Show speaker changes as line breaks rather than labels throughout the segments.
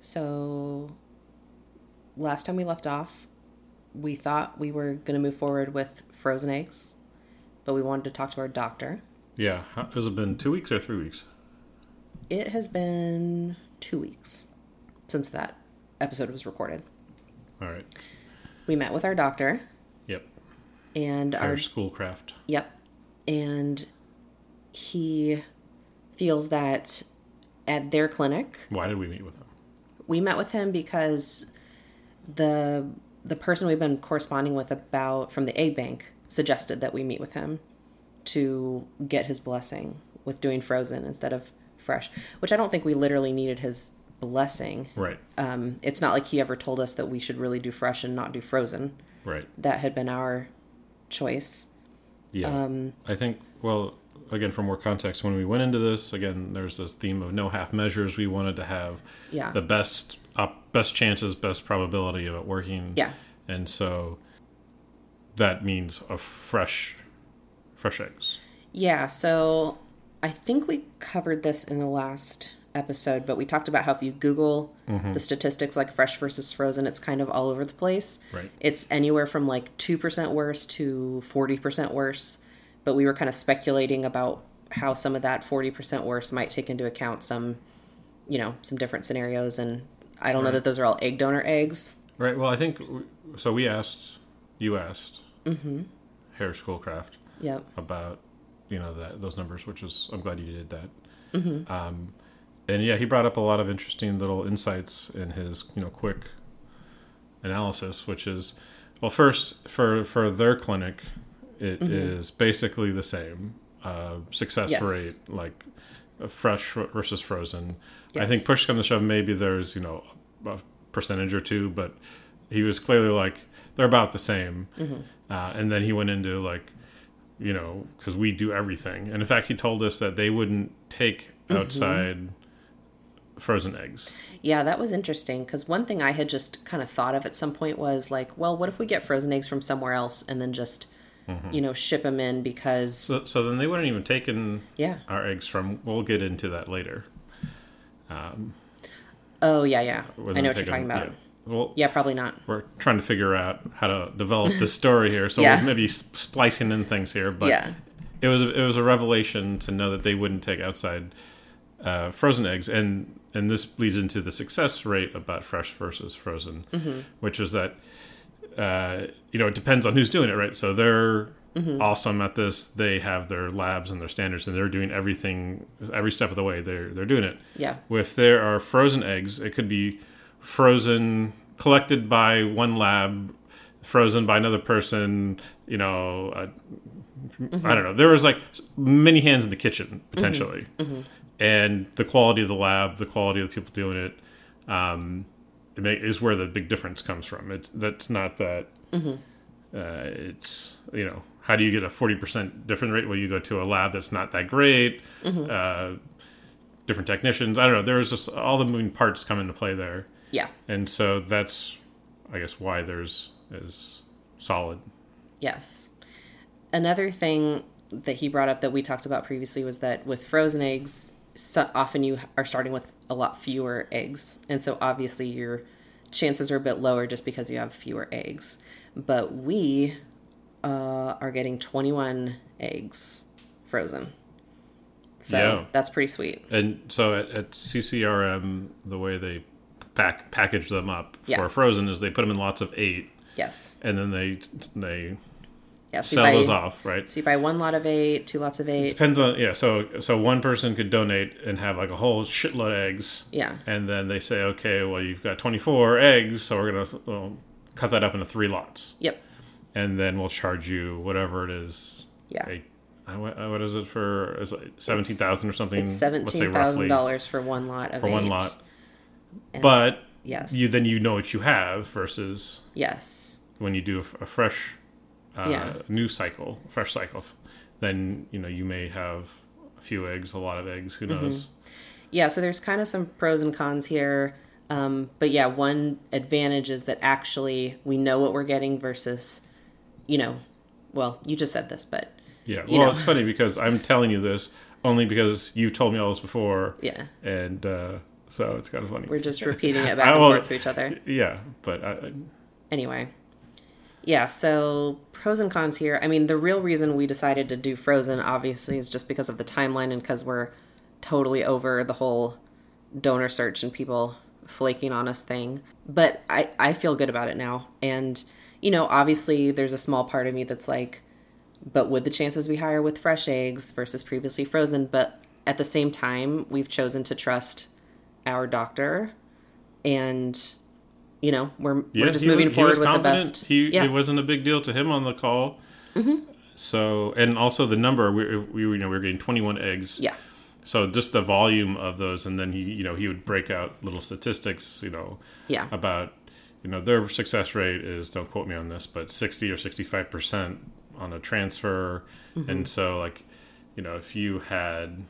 So last time we left off, we thought we were going to move forward with frozen eggs, but we wanted to talk to our doctor.
Yeah. How, has it been two weeks or three weeks?
It has been two weeks since that episode was recorded.
All right.
We met with our doctor
Yep.
and our
Our schoolcraft.
Yep. And he feels that at their clinic,
Why did we meet with him?
we met with him because the the person we've been corresponding with about from the egg bank suggested that we meet with him to get his blessing with doing frozen instead of fresh, which I don't think we literally needed his blessing.
Right.
Um, it's not like he ever told us that we should really do fresh and not do frozen.
Right.
That had been our choice.
Yeah.
Um,
I think, well, again, for more context, when we went into this, again, there's this theme of no half measures. We wanted to have
Yeah.
the best op- best chances, best probability of it working.
Yeah.
And so that means a fresh, fresh eggs.
Yeah, so I think we covered this in the last episode, but we talked about how if you Google the statistics like fresh versus frozen, it's kind of all over the place.
Right.
It's anywhere from like 2% worse to 40% worse, but we were kind of speculating about how some of that 40% worse might take into account some, you know, some different scenarios. And I don't know that those are all egg donor eggs.
Right. Well, I think, w- so we asked, you asked, mm-hmm. Hair Schoolcraft.
Yep.
about you know that those numbers, which is I'm glad you did that. Um, and yeah, he brought up a lot of interesting little insights in his you know quick analysis, which is well, first for for their clinic, it is basically the same uh, success
Mm-hmm. Yes.
rate, like uh, fresh versus frozen. I
Yes.
think push comes to shove, maybe there's you know a percentage or two, but he was clearly like they're about the same.
Mm-hmm.
Uh, and then he went into like you know, because we do everything. And in fact, he told us that they wouldn't take
Mm-hmm.
outside frozen eggs.
Yeah, that was interesting because one thing I had just kind of thought of at some point was like, well, what if we get frozen eggs from somewhere else and then just, you know, ship them in because,
So, so then they wouldn't even take in
yeah.
our eggs from. We'll get into that later.
Oh, yeah, yeah.
Where
I know
they're
what you're talking
taking-
about. Yeah.
Yeah. Well,
probably not.
we're trying to figure out how to develop this story here, so
Yeah.
we're maybe s- splicing in things here. But
Yeah.
it was a, it was a revelation to know that they wouldn't take outside uh, frozen eggs, and and this leads into the success rate about fresh versus frozen, which is that uh, you know it depends on who's doing it, right? So they're awesome at this. They have their labs and their standards, and they're doing everything every step of the way. They're they're doing it.
Yeah.
If there are frozen eggs, it could be frozen, collected by one lab, frozen by another person. You know, uh, I don't know. There was like s- many hands in the kitchen potentially, and the quality of the lab, the quality of the people doing it, um, it ma- is where the big difference comes from. It's that's not that. Uh, it's you know how do you get a forty percent different rate? Well, you go to a lab that's not that great. Uh, different technicians. I don't know. There was just all the moving parts come into play there,
Yeah.
and so that's, I guess, why there's is solid.
Yes. Another thing that he brought up that we talked about previously was that with frozen eggs, so often you are starting with a lot fewer eggs. And so obviously your chances are a bit lower just because you have fewer eggs. But we uh, are getting 21 eggs frozen. So
Yeah.
that's pretty sweet.
And so at, at CCRM, the way they pack package them up
Yeah.
for frozen is they put them in lots of eight,
Yes.
and then they they
Yeah, so, you
sell
buy,
those off, right?
so you buy one lot of eight, two lots of eight.
Depends on yeah. So so one person could donate and have like a whole shitload of eggs.
Yeah.
And then they say, okay, well you've got 24 eggs, so we're gonna well, cut that up into three lots.
Yep.
and then we'll charge you whatever it is.
Yeah.
a- I- what- uh, what is it for? Is it seventeen thousand or something?
It's
Let's say roughly
$17,000 for one lot of
for one
eight.
lot.
And-
But
Yes.
you then you know what you have versus
Yes.
when you do a, f- a fresh, uh,
Yeah.
new cycle, fresh cycle. f- Then you know you may have a few eggs, a lot of eggs. Who
Mm-hmm.
knows?
Yeah, so there's kind of some pros and cons here. Um, but yeah, one advantage is that actually we know what we're getting versus, you know, well, you just said this, but
Yeah.
You
well,
know.
it's funny because I'm telling you this only because you told me all this before.
yeah.
And uh, So it's kind of funny.
We're just repeating it back and
will-
forth to each other.
Yeah, but uh, I, I,
Anyway. Yeah, so pros and cons here. I mean, the real reason we decided to do Frozen, obviously, is just because of the timeline and because we're totally over the whole donor search and people flaking on us thing. But I, I feel good about it now. And, you know, obviously, there's a small part of me that's like, but would the chances be higher with fresh eggs versus previously frozen? But at the same time, we've chosen to trust our doctor, and you know we're
yeah,
we're just
he
moving
was, he was
forward with the
confident.
best.
He,
yeah, Mm-hmm.
it wasn't a big deal to him on the call. So and also the number we, we you know we were getting 21 eggs.
yeah,
So just the volume of those, and then he you know he would break out little statistics. You know.
yeah,
about you know their success rate is don't quote me on this but 60 or 65 percent on a transfer and so like you know if you had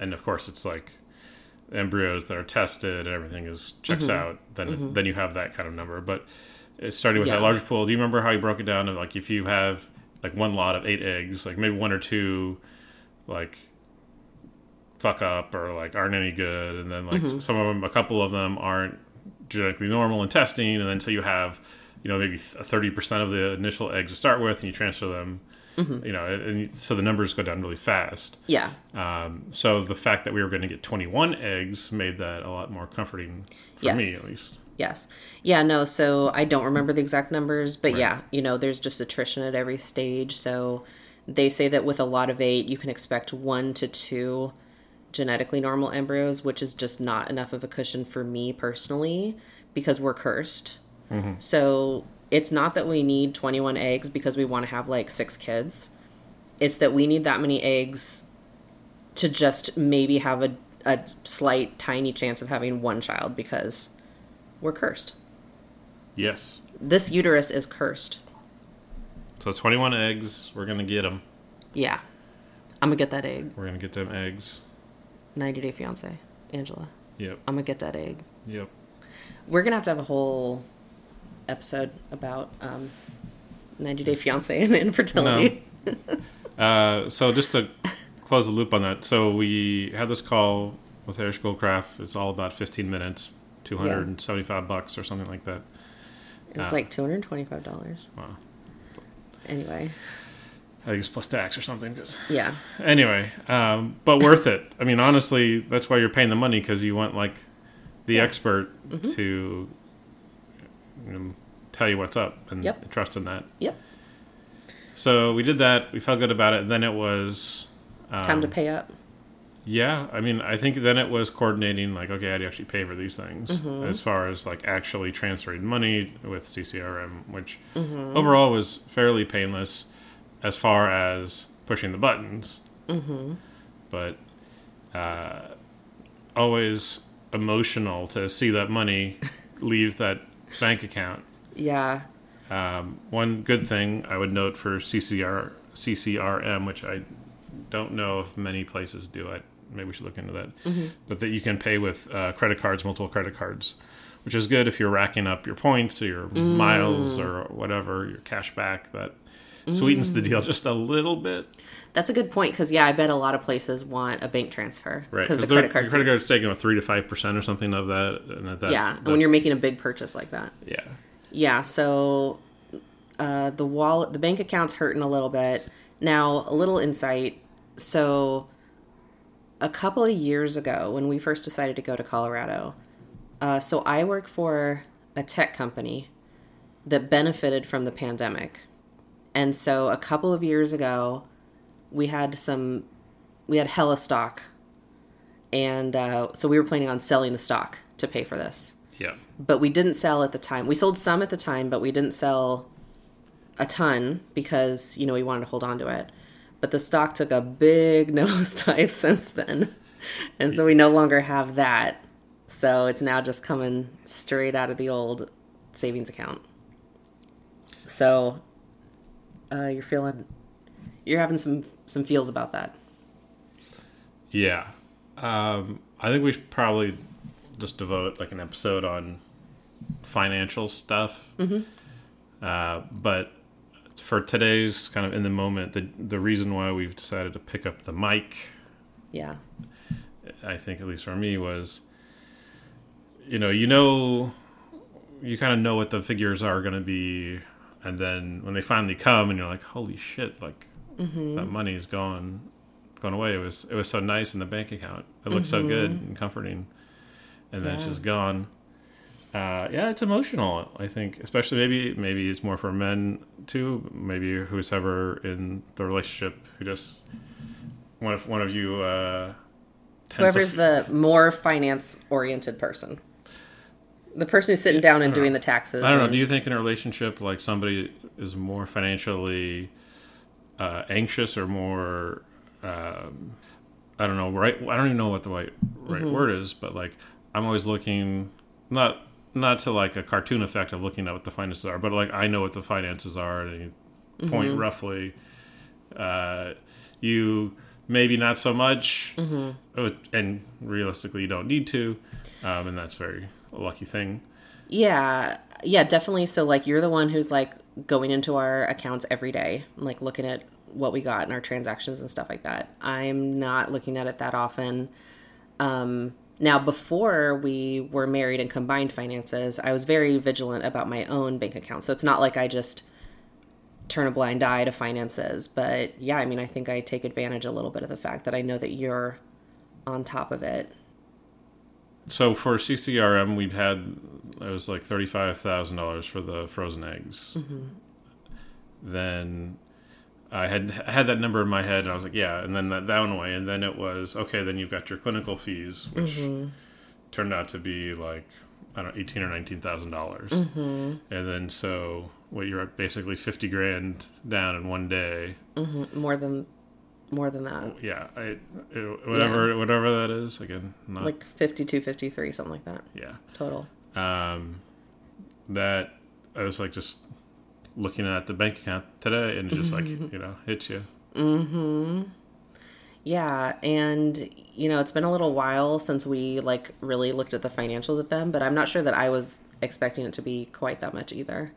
and of course it's like embryos that are tested and everything is checks out then then you have that kind of number but it started with that
Yeah.
larger pool do you remember how you broke it down of like if you have like one lot of eight eggs like maybe one or two like fuck up or like aren't any good and then like some of them a couple of them aren't genetically normal in testing and then so you have you know maybe th- 30% of the initial eggs to start with and you transfer them you know and, and you- so the numbers go down really fast
yeah,
um, so the fact that we were going to get 21 eggs made that a lot more comforting for me
Yes.
at least
yes, yeah. No, so I don't remember the exact numbers, but yeah, you know, there's just attrition at every stage. So they say that with a lot of eight, you can expect one to two genetically normal embryos, which is just not enough of a cushion for me personally because we're cursed. So it's not that we need 21 eggs because we want to have like six kids. It's that we need that many eggs to just maybe have a, a slight, tiny chance of having one child because we're cursed.
yes
This uterus is cursed.
so 21 eggs we're going to get them
Yeah. I'm going to get that egg.
we're going to get them eggs
90 Day Fiance, Angela.
yep
I'm going to get that egg.
yep
We're gonna have to have a whole episode about um, 90 Day Fiance and infertility.
Uh, so just to close the loop on that, so we had this call with Irish Goldcraft. It's all about 15 minutes, 275 bucks or something like that.
It's
Ah.
like $225.
Wow.
Anyway,
I think it's plus tax or something. 'cause-
yeah,
Anyway, um, but worth it. I mean, honestly, that's why you're paying the money because you want like the expert to you know, tell you what's up and
Yep.
trust in that.
yep.
So we did that. We felt good about it. Then it was um,
Time to pay up.
Yeah, I mean, I think then it was coordinating like, okay, how do you actually pay for these things? As far as like actually transferring money with CCRM, which overall was fairly painless as far as pushing the buttons. Mm-hmm. But uh, always emotional to see that money leave that bank account.
Yeah,
Um, one good thing I would note for CCR, CCRM, which I don't know if many places do it. Maybe we should look into that.
Mm-hmm.
But that you can pay with uh, credit cards, multiple credit cards, which is good if you're racking up your points or your
Mm.
miles or whatever, your cash back. That sweetens
Mm.
the deal just a little bit.
that's a good point because yeah, I bet a lot of places want a bank transfer
Right.
because the
they're-
credit card.
the credit
fees.
card's uh, taking about 3 to 5% or something of that. And at that
yeah, and
that-
when you're making a big purchase like that.
yeah.
Yeah, so uh, the wallet, the bank account's hurting a little bit. Now, a little insight. So, a couple of years ago, when we first decided to go to Colorado, uh, so I work for a tech company that benefited from the pandemic. And so, a couple of years ago, we had some, we had hella stock. And uh, so, we were planning on selling the stock to pay for this
Yeah.
but we didn't sell at the time. We sold some at the time, but we didn't sell a ton because, you know, we wanted to hold on to it. But the stock took a big nosedive since then. And so we no longer have that. So it's now just coming straight out of the old savings account. So uh, you're feeling you're having some some feels about that.
Yeah. Um, I think we should probably just devote like an episode on financial stuff. Uh, but for today's kind of in the moment, the, the reason why we've decided to pick up the mic,
Yeah.
I think at least for me, was you know, you know, you kind of know what the figures are going to be, and then when they finally come, and you're like, holy shit, like
Mm-hmm.
that money is gone, gone away. It was it was so nice in the bank account. It looked so good
Mm-hmm.
and comforting, and then it's just gone. Uh, yeah, it's emotional. I think, especially maybe maybe it's more for men too. Maybe who's ever in the relationship who just one of one of you. Uh, tends to
Whoever's
f-
the more finance oriented person. The person who's sitting down and doing the taxes.
I don't know.
and-
Do you think in a relationship, like somebody is more financially uh, anxious or more, um, I don't know, right? I don't even know what the right right word is, but like I'm always looking not not to like a cartoon effect of looking at what the finances are, but like I know what the finances are at any point roughly. Uh, you maybe not so much, Oh, and realistically, you don't need to, um, and that's very a lucky thing.
Yeah, yeah, definitely. So like you're the one who's like going into our accounts every day, and, like looking at what we got and our transactions and stuff like that. I'm not looking at it that often. Um now before we were married and combined finances, I was very vigilant about my own bank account. So it's not like I just turn a blind eye to finances, but yeah, I mean, I think I take advantage a little bit of the fact that I know that you're on top of it.
so for CCRM, we'd had it was like thirty five thousand dollars for the frozen eggs. Then I had had that number in my head, and I was like, yeah. And then that that went away, and then it was okay. Then you've got your clinical fees, which turned out to be like I don't know, eighteen or nineteen dollars. And then so what you're at basically fifty grand down in one day.
More than more than that.
Yeah, I, it, whatever whatever that is. Again, not
like 52 53 something like that
yeah.
total
um, that I was like just looking at the bank account today and it just like
Mm-hmm.
you know hits you.
yeah and you know it's been a little while since we like really looked at the financials with them but i'm not sure that i was expecting it to be quite that much either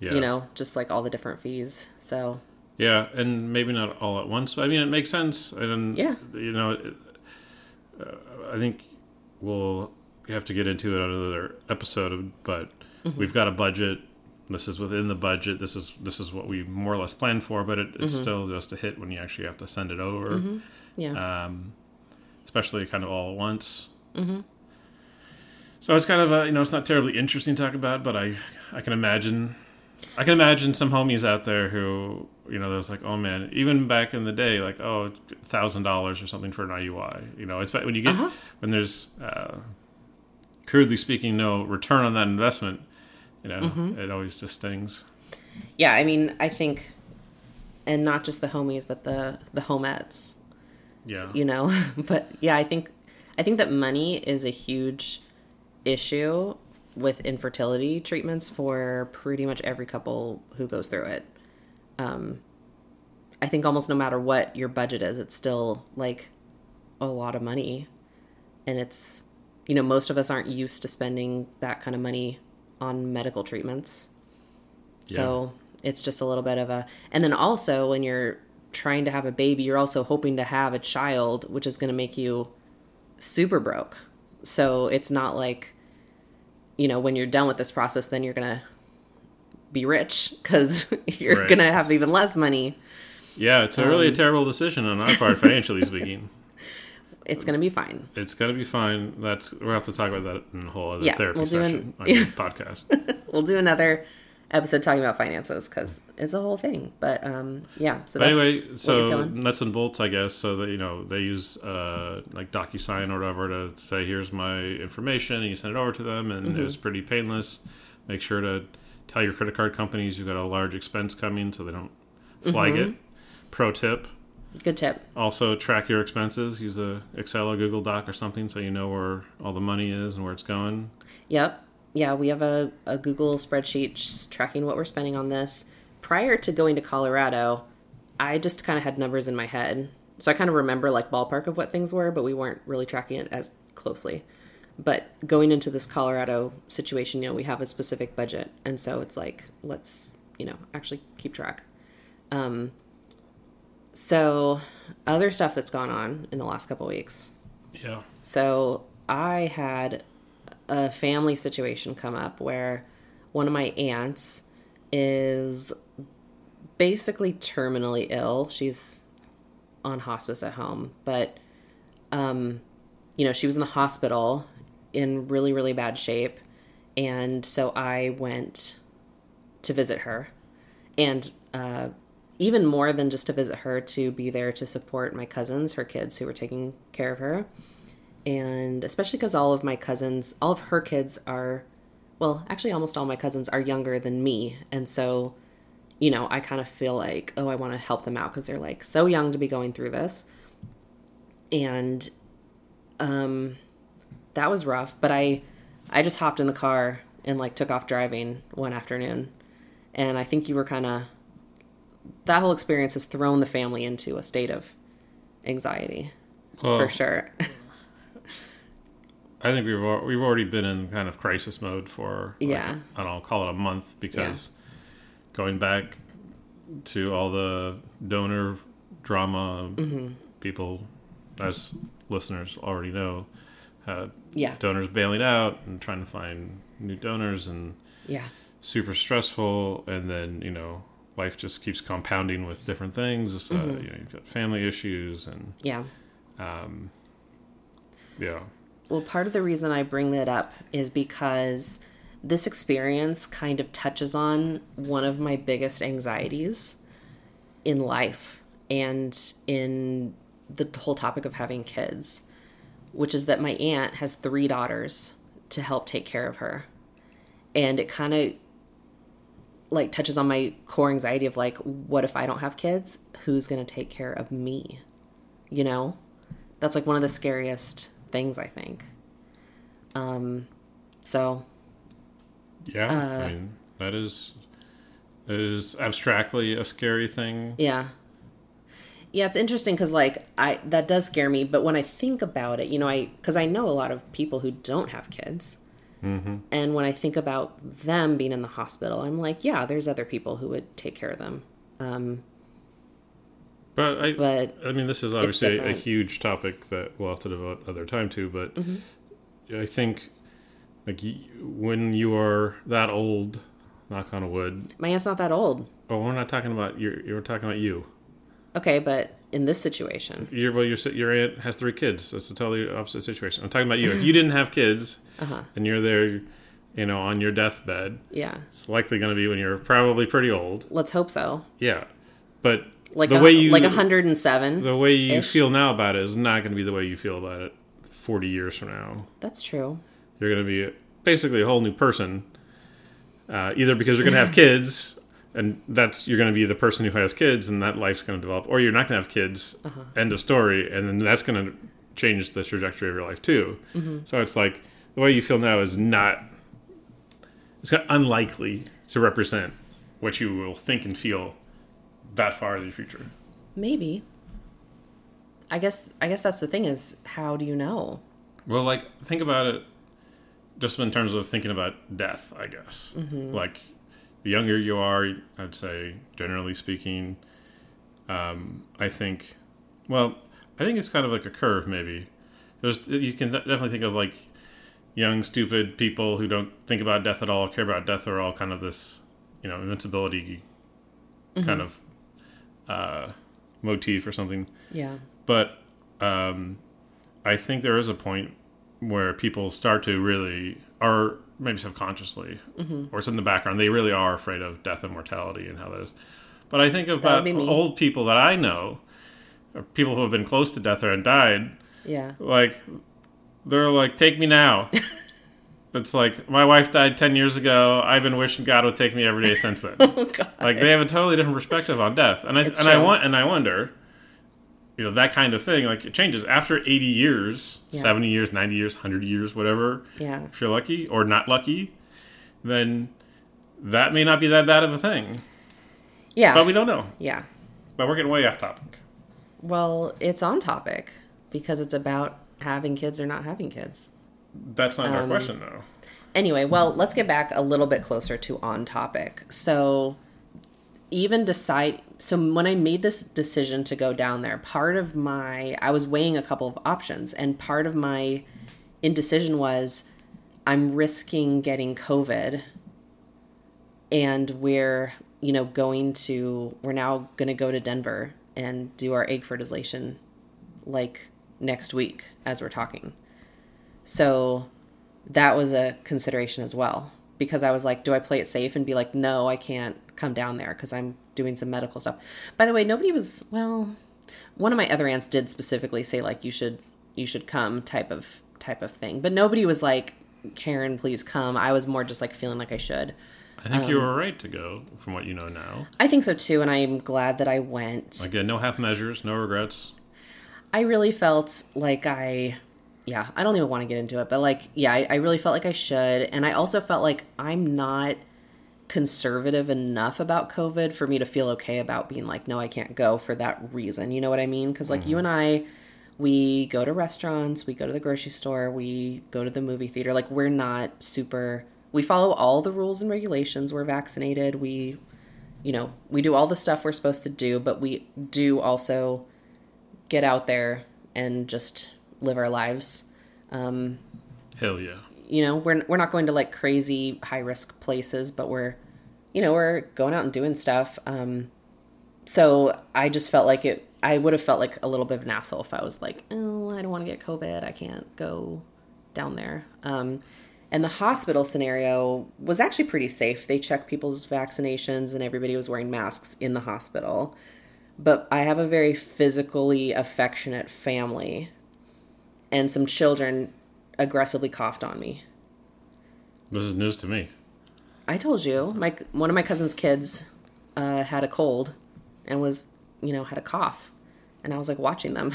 Yeah.
you know just like all the different fees so
Yeah, and maybe not all at once, but I mean it makes sense. And
Yeah.
you know, it, uh, I think we'll have to get into it on another episode, but
Mm-hmm.
we've got a budget. This is within the budget. This is this is what we more or less planned for, but it, it's
Mm-hmm.
still just a hit when you actually have to send it over.
yeah
um, especially kind of all at once. So it's kind of a, you know it's not terribly interesting to talk about, but I I can imagine I can imagine some homies out there who you know there's like oh man even back in the day like oh thousand dollars or something for an IUI you know it's when you get
Uh-huh.
when there's uh, crudely speaking no return on that investment you know it always just stings
yeah i mean i think and not just the homies but the the homettes
yeah
you know but yeah i think i think that money is a huge issue with infertility treatments for pretty much every couple who goes through it um i think almost no matter what your budget is it's still like a lot of money and it's you know most of us aren't used to spending that kind of money on medical treatments so it's just a little bit of a. And then also, when you're trying to have a baby, you're also hoping to have a child, which is going to make you super broke. So it's not like, you know, when you're done with this process, then you're going to be rich because you're
Right.
going to have even less money.
yeah it's a really a terrible decision on our part financially speaking.
It's going to be fine.
It's gonna be fine. That's we'll have to talk about that in a whole other
Yeah,
therapy
we'll do an-
session on your podcast.
We'll do another episode talking about finances because it's a whole thing. But um, yeah. So
But
that's
anyway,
you're
so
feeling?
nuts and bolts, I guess. So that you know they use uh, like DocuSign or whatever to say here's my information, and you send it over to them, and
Mm-hmm.
it was pretty painless. Make sure to tell your credit card companies you've got a large expense coming, so they don't flag it.
Mm-hmm.
Pro tip:
good tip.
also track your expenses. Use a Excel or Google Doc or something, so you know where all the money is and where it's going.
Yep. Yeah, we have a, a Google spreadsheet just tracking what we're spending on this. Prior to going to Colorado, I just kind of had numbers in my head. So I kind of remember like ballpark of what things were, but we weren't really tracking it as closely. But going into this Colorado situation, you know, we have a specific budget. And so it's like, let's, you know, actually keep track. Um, so other stuff that's gone on in the last couple weeks.
Yeah.
So I had a family situation come up where one of my aunts is basically terminally ill. She's on hospice at home, but um, you know, she was in the hospital in really, really bad shape. And so I went to visit her. And uh, even more than just to visit her, to be there to support my cousins, her kids who were taking care of her. And especially because all of my cousins, all of her kids are, well, actually, almost all my cousins are younger than me. And so, you know, I kind of feel like, oh, I want to help them out because they're like so young to be going through this. And um, that was rough but i i just hopped in the car and like took off driving one afternoon and i think you were kind of that whole experience has thrown the family into a state of anxiety
Well,
for sure
I think we've al- we've already been in kind of crisis mode for like,
Yeah.
I don't know, call it a month because going back to all the donor drama,
Mm-hmm.
people as listeners already know, uh,
yeah
donors bailing out and trying to find new donors and
yeah
super stressful and then you know life just keeps compounding with different things uh,
Mm-hmm.
you know, you've got family issues and
yeah
um, yeah
Well, part of the reason I bring that up is because this experience kind of touches on one of my biggest anxieties in life and in the whole topic of having kids, which is that my aunt has three daughters to help take care of her. And it kind of like touches on my core anxiety of like, what if I don't have kids? Who's going to take care of me? You know? that's like one of the scariest things I think. Um, so
yeah
Uh,
i mean that is that is abstractly a scary thing
yeah, yeah, it's interesting because like I that does scare me, but when I think about it, you know, I because I know a lot of people who don't have kids, mm-hmm. and when I think about them being in the hospital, I'm like, yeah, there's other people who would take care of them. Um,
but i
but
i mean this is obviously a
different. Mm-hmm.
huge topic that we'll have to devote other time to but i think like y- when you are that old knock on wood
my aunt's not that old,
oh we're not talking about you you're talking about you
okay, but in this situation,
Your well, your si- your aunt has three kids. That's a totally opposite situation. I'm talking about you. If you didn't have kids,
Uh-huh.
and you're there, you know, on your deathbed,
yeah,
it's likely going to be when you're probably pretty old.
let's hope so.
Yeah, but
Like
the
a,
way you
like 107.
the way you
ish.
feel now about it is not going to be the way you feel about it 40 years from now.
that's true.
You're going to be basically a whole new person, uh, either because you're going to have kids. And that's you're going to be the person who has kids, and that life's going to develop, or you're not going to have kids. End of story, and then that's going to change the trajectory of your life too. So it's like the way you feel now is not it's not unlikely to represent what you will think and feel that far in the future.
Maybe. I guess I guess that's the thing is how do you know?
Well, like think about it, just in terms of thinking about death, I guess. Like the younger you are, I'd say, generally speaking, um, I think. Well, I think it's kind of like a curve, maybe. There's you can definitely think of like young, stupid people who don't think about death at all, care about death at all, kind of this, you know, invincibility kind of uh, motif or something
Yeah.
but um, I think there is a point where people start to really, or maybe subconsciously,
Mm-hmm.
or it's in the background, they really are afraid of death and mortality and how that is. But I think about
be me.
old people that I know, or people who have been close to death or and died,
Yeah.
like they're like, "Take me now." it's like my wife died ten years ago. I've been wishing God would take me every day since then.
Oh god.
like they have a totally different perspective on death and i and
It's
i
true.
want and i wonder you know that kind of thing like it changes after 80 years
Yeah.
70 years 90 years 100 years whatever
Yeah.
if you're lucky or not lucky then that may not be that bad of a thing
Yeah.
but we don't know
yeah.
but we're getting way off topic
Well, it's on topic because it's about having kids or not having kids.
that's not
Um,
our question though
Anyway, well, let's get back a little bit closer to on topic. So, even decide so when I made this decision to go down there, part of my I was weighing a couple of options and part of my indecision was I'm risking getting COVID and we're, you know, going to, we're now going to go to Denver and do our egg fertilization like next week as we're talking. So that was a consideration as well because I was like, do I play it safe and be like, no, I can't come down there because I'm doing some medical stuff. By the way, nobody was, well, one of my other aunts did specifically say like you should you should come type of type of thing. But nobody was like, Karen, please come. I was more just like feeling like I should.
I think
um,
you were right to go, from what you know now.
I think so too, and I'm glad that I went.
Again, no half measures, no regrets.
I really felt like I, yeah, I don't even want to get into it, but like, yeah, I, I really felt like I should. And I also felt like I'm not conservative enough about COVID for me to feel okay about being like, no, I can't go for that reason. You know what I mean? Because like you and I, we go to restaurants, we go to the grocery store, we go to the movie theater. Like we're not super, we follow all the rules and regulations. We're vaccinated. We, you know, we do all the stuff we're supposed to do, but we do also get out there and just live our lives. Um,
Hell yeah.
you know, we're we're not going to like crazy high risk places, but we're, you know, we're going out and doing stuff. Um, so I just felt like it. I would have felt like a little bit of an asshole if I was like, oh, I don't want to get COVID. I can't go down there. Um, and the hospital scenario was actually pretty safe. They checked people's vaccinations, and everybody was wearing masks in the hospital but I have a very physically affectionate family, and some children aggressively coughed on me.
This is news to me.
I told you, my one of my cousin's kids uh, had a cold and was, you know, had a cough, and I was like watching them,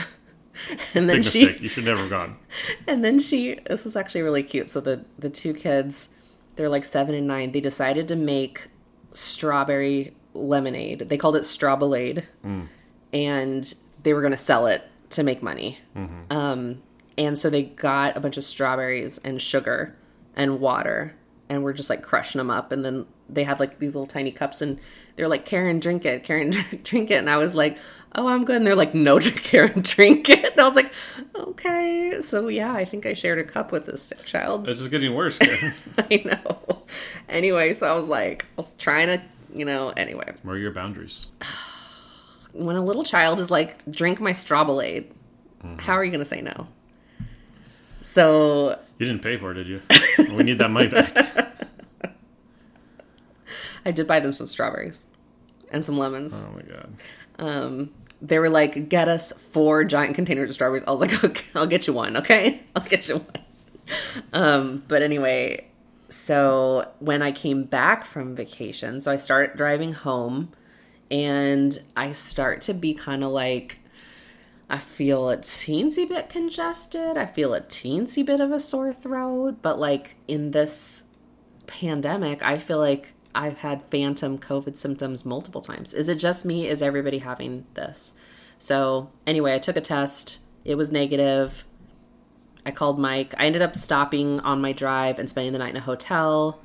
and then
Big
she
mistake. You should never have gone.
and then she this was actually really cute so the the two kids they're like seven and nine they decided to make strawberry lemonade they called it strawbelade and they were going to sell it to make money um, and so they got a bunch of strawberries and sugar and water and were just like crushing them up and then they had like these little tiny cups and they're like karen drink it karen drink it and i was like oh i'm good and they're like no karen drink it and i was like okay so yeah i think i shared a cup with this sick child
This is getting worse. Karen.
i know anyway so i was like i was trying to you know anyway
Where are your boundaries?
when a little child is like, drink my strawbelade, how are you going to say no? So
You didn't pay for it, did you? we need that money back.
I did buy them some strawberries and some lemons.
Oh my god.
Um, they were like, get us four giant containers of strawberries. I was like, okay, I'll get you one, okay? I'll get you one. Um, but anyway, so when I came back from vacation, so I start driving home and I start to be kind of like, I feel a teensy bit congested. I feel a teensy bit of a sore throat. But like in this pandemic, I feel like I've had phantom COVID symptoms multiple times. Is it just me? Is everybody having this? So, anyway, I took a test. It was negative. I called Mike. I ended up stopping on my drive and spending the night in a hotel.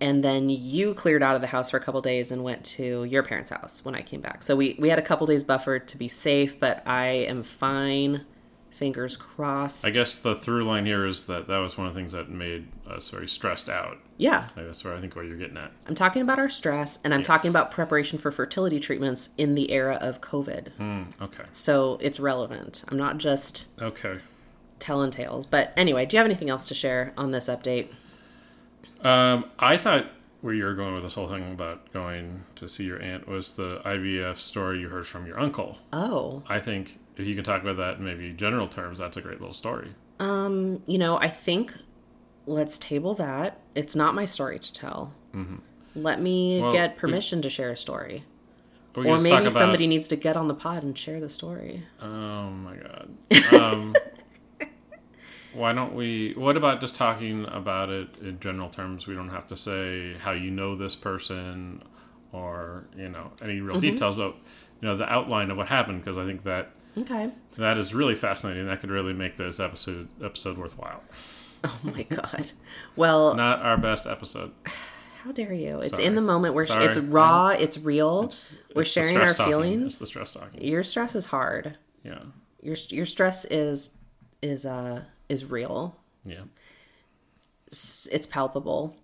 And then you cleared out of the house for a couple days and went to your parents' house when I came back. So we, we had a couple days buffer to be safe, but I am fine. Fingers crossed.
I guess the through line here is that that was one of the things that made us very stressed out.
Yeah.
Like, that's where I think what you're getting at.
I'm talking about our stress and I'm talking about preparation for fertility treatments in the era of COVID.
Mm, okay.
So it's relevant. I'm not just
Okay.
telling tales. But anyway, do you have anything else to share on this update?
Um, I thought where you were going with this whole thing about going to see your aunt was the IVF story you heard from your uncle.
Oh,
I think if you can talk about that in maybe general terms, that's a great little story.
um, you know, I think let's table that. It's not my story to tell. Let me
Mm-hmm. Well,
get
we-
permission to share a story.
We can
Or
just
maybe
talk about-
somebody needs to get on the pod and share the story.
Oh my god. Um, why don't we? What about just talking about it in general terms? We don't have to say how you know this person or you know any real
Mm-hmm.
details, but you know the outline of what happened because I think that
Okay.
that is really fascinating. That could really make this episode episode worthwhile.
Oh my god. Well,
Not our best episode.
How dare you? It's
Sorry.
in the moment. We're
Sorry.
it's raw. It's real. We're
It's the
sharing
stress
our
talking. It's
feelings.
the stress talking.
Your stress is hard.
Yeah,
Your your stress is is uh is real.
yeah.
s- it's palpable.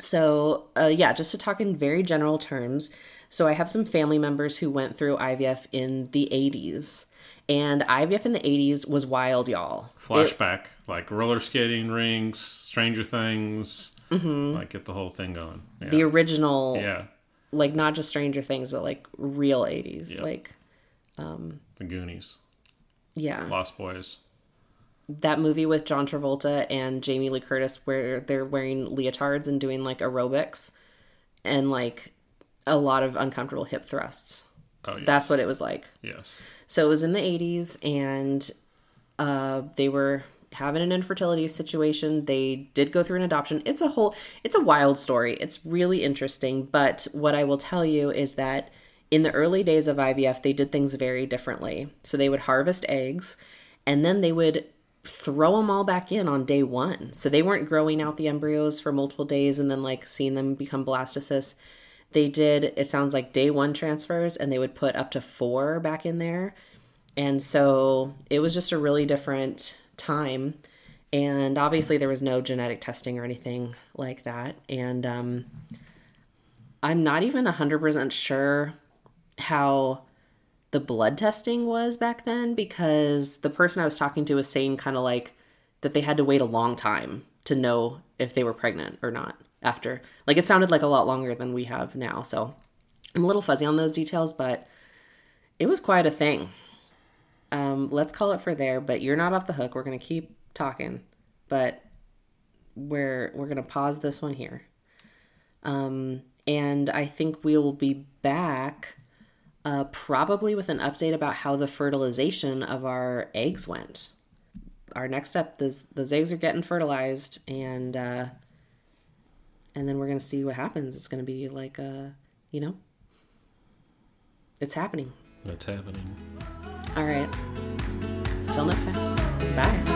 So, uh, yeah, just to talk in very general terms. So, I have some family members who went through IVF in the 80s. And IVF in the 80s was wild, y'all. It-
Flashback, like roller skating rinks, Stranger Things, like get the whole thing going. Yeah.
Mm-hmm. the original,
yeah.
like not just Stranger Things, but like real 80s. Like,
The Goonies,
yeah.
Lost Boys.
That movie with John Travolta and Jamie Lee Curtis where they're wearing leotards and doing like aerobics and like a lot of uncomfortable hip thrusts.
Oh, yeah.
That's what it was like.
yes.
So it was in the 80s, and uh, they were having an infertility situation. They did go through an adoption. It's a whole, it's a wild story. It's really interesting. But what I will tell you is that in the early days of IVF, they did things very differently. So they would harvest eggs, and then they would throw them all back in on day one. So they weren't growing out the embryos for multiple days and then like seeing them become blastocysts they did it sounds like day one transfers and they would put up to four back in there and so it was just a really different time and obviously there was no genetic testing or anything like that and um, i'm not even 100% sure how the blood testing was back then because the person i was talking to was saying kind of like that they had to wait a long time to know if they were pregnant or not after like it sounded like a lot longer than we have now so i'm a little fuzzy on those details but it was quite a thing um, let's call it for there but you're not off the hook we're going to keep talking but we're we're going to pause this one here um, and i think we will be back uh, probably with an update about how the fertilization of our eggs went our next step those those eggs are getting fertilized and uh and then we're gonna see what happens it's gonna be like uh you know it's happening
That's happening.
all right till next time bye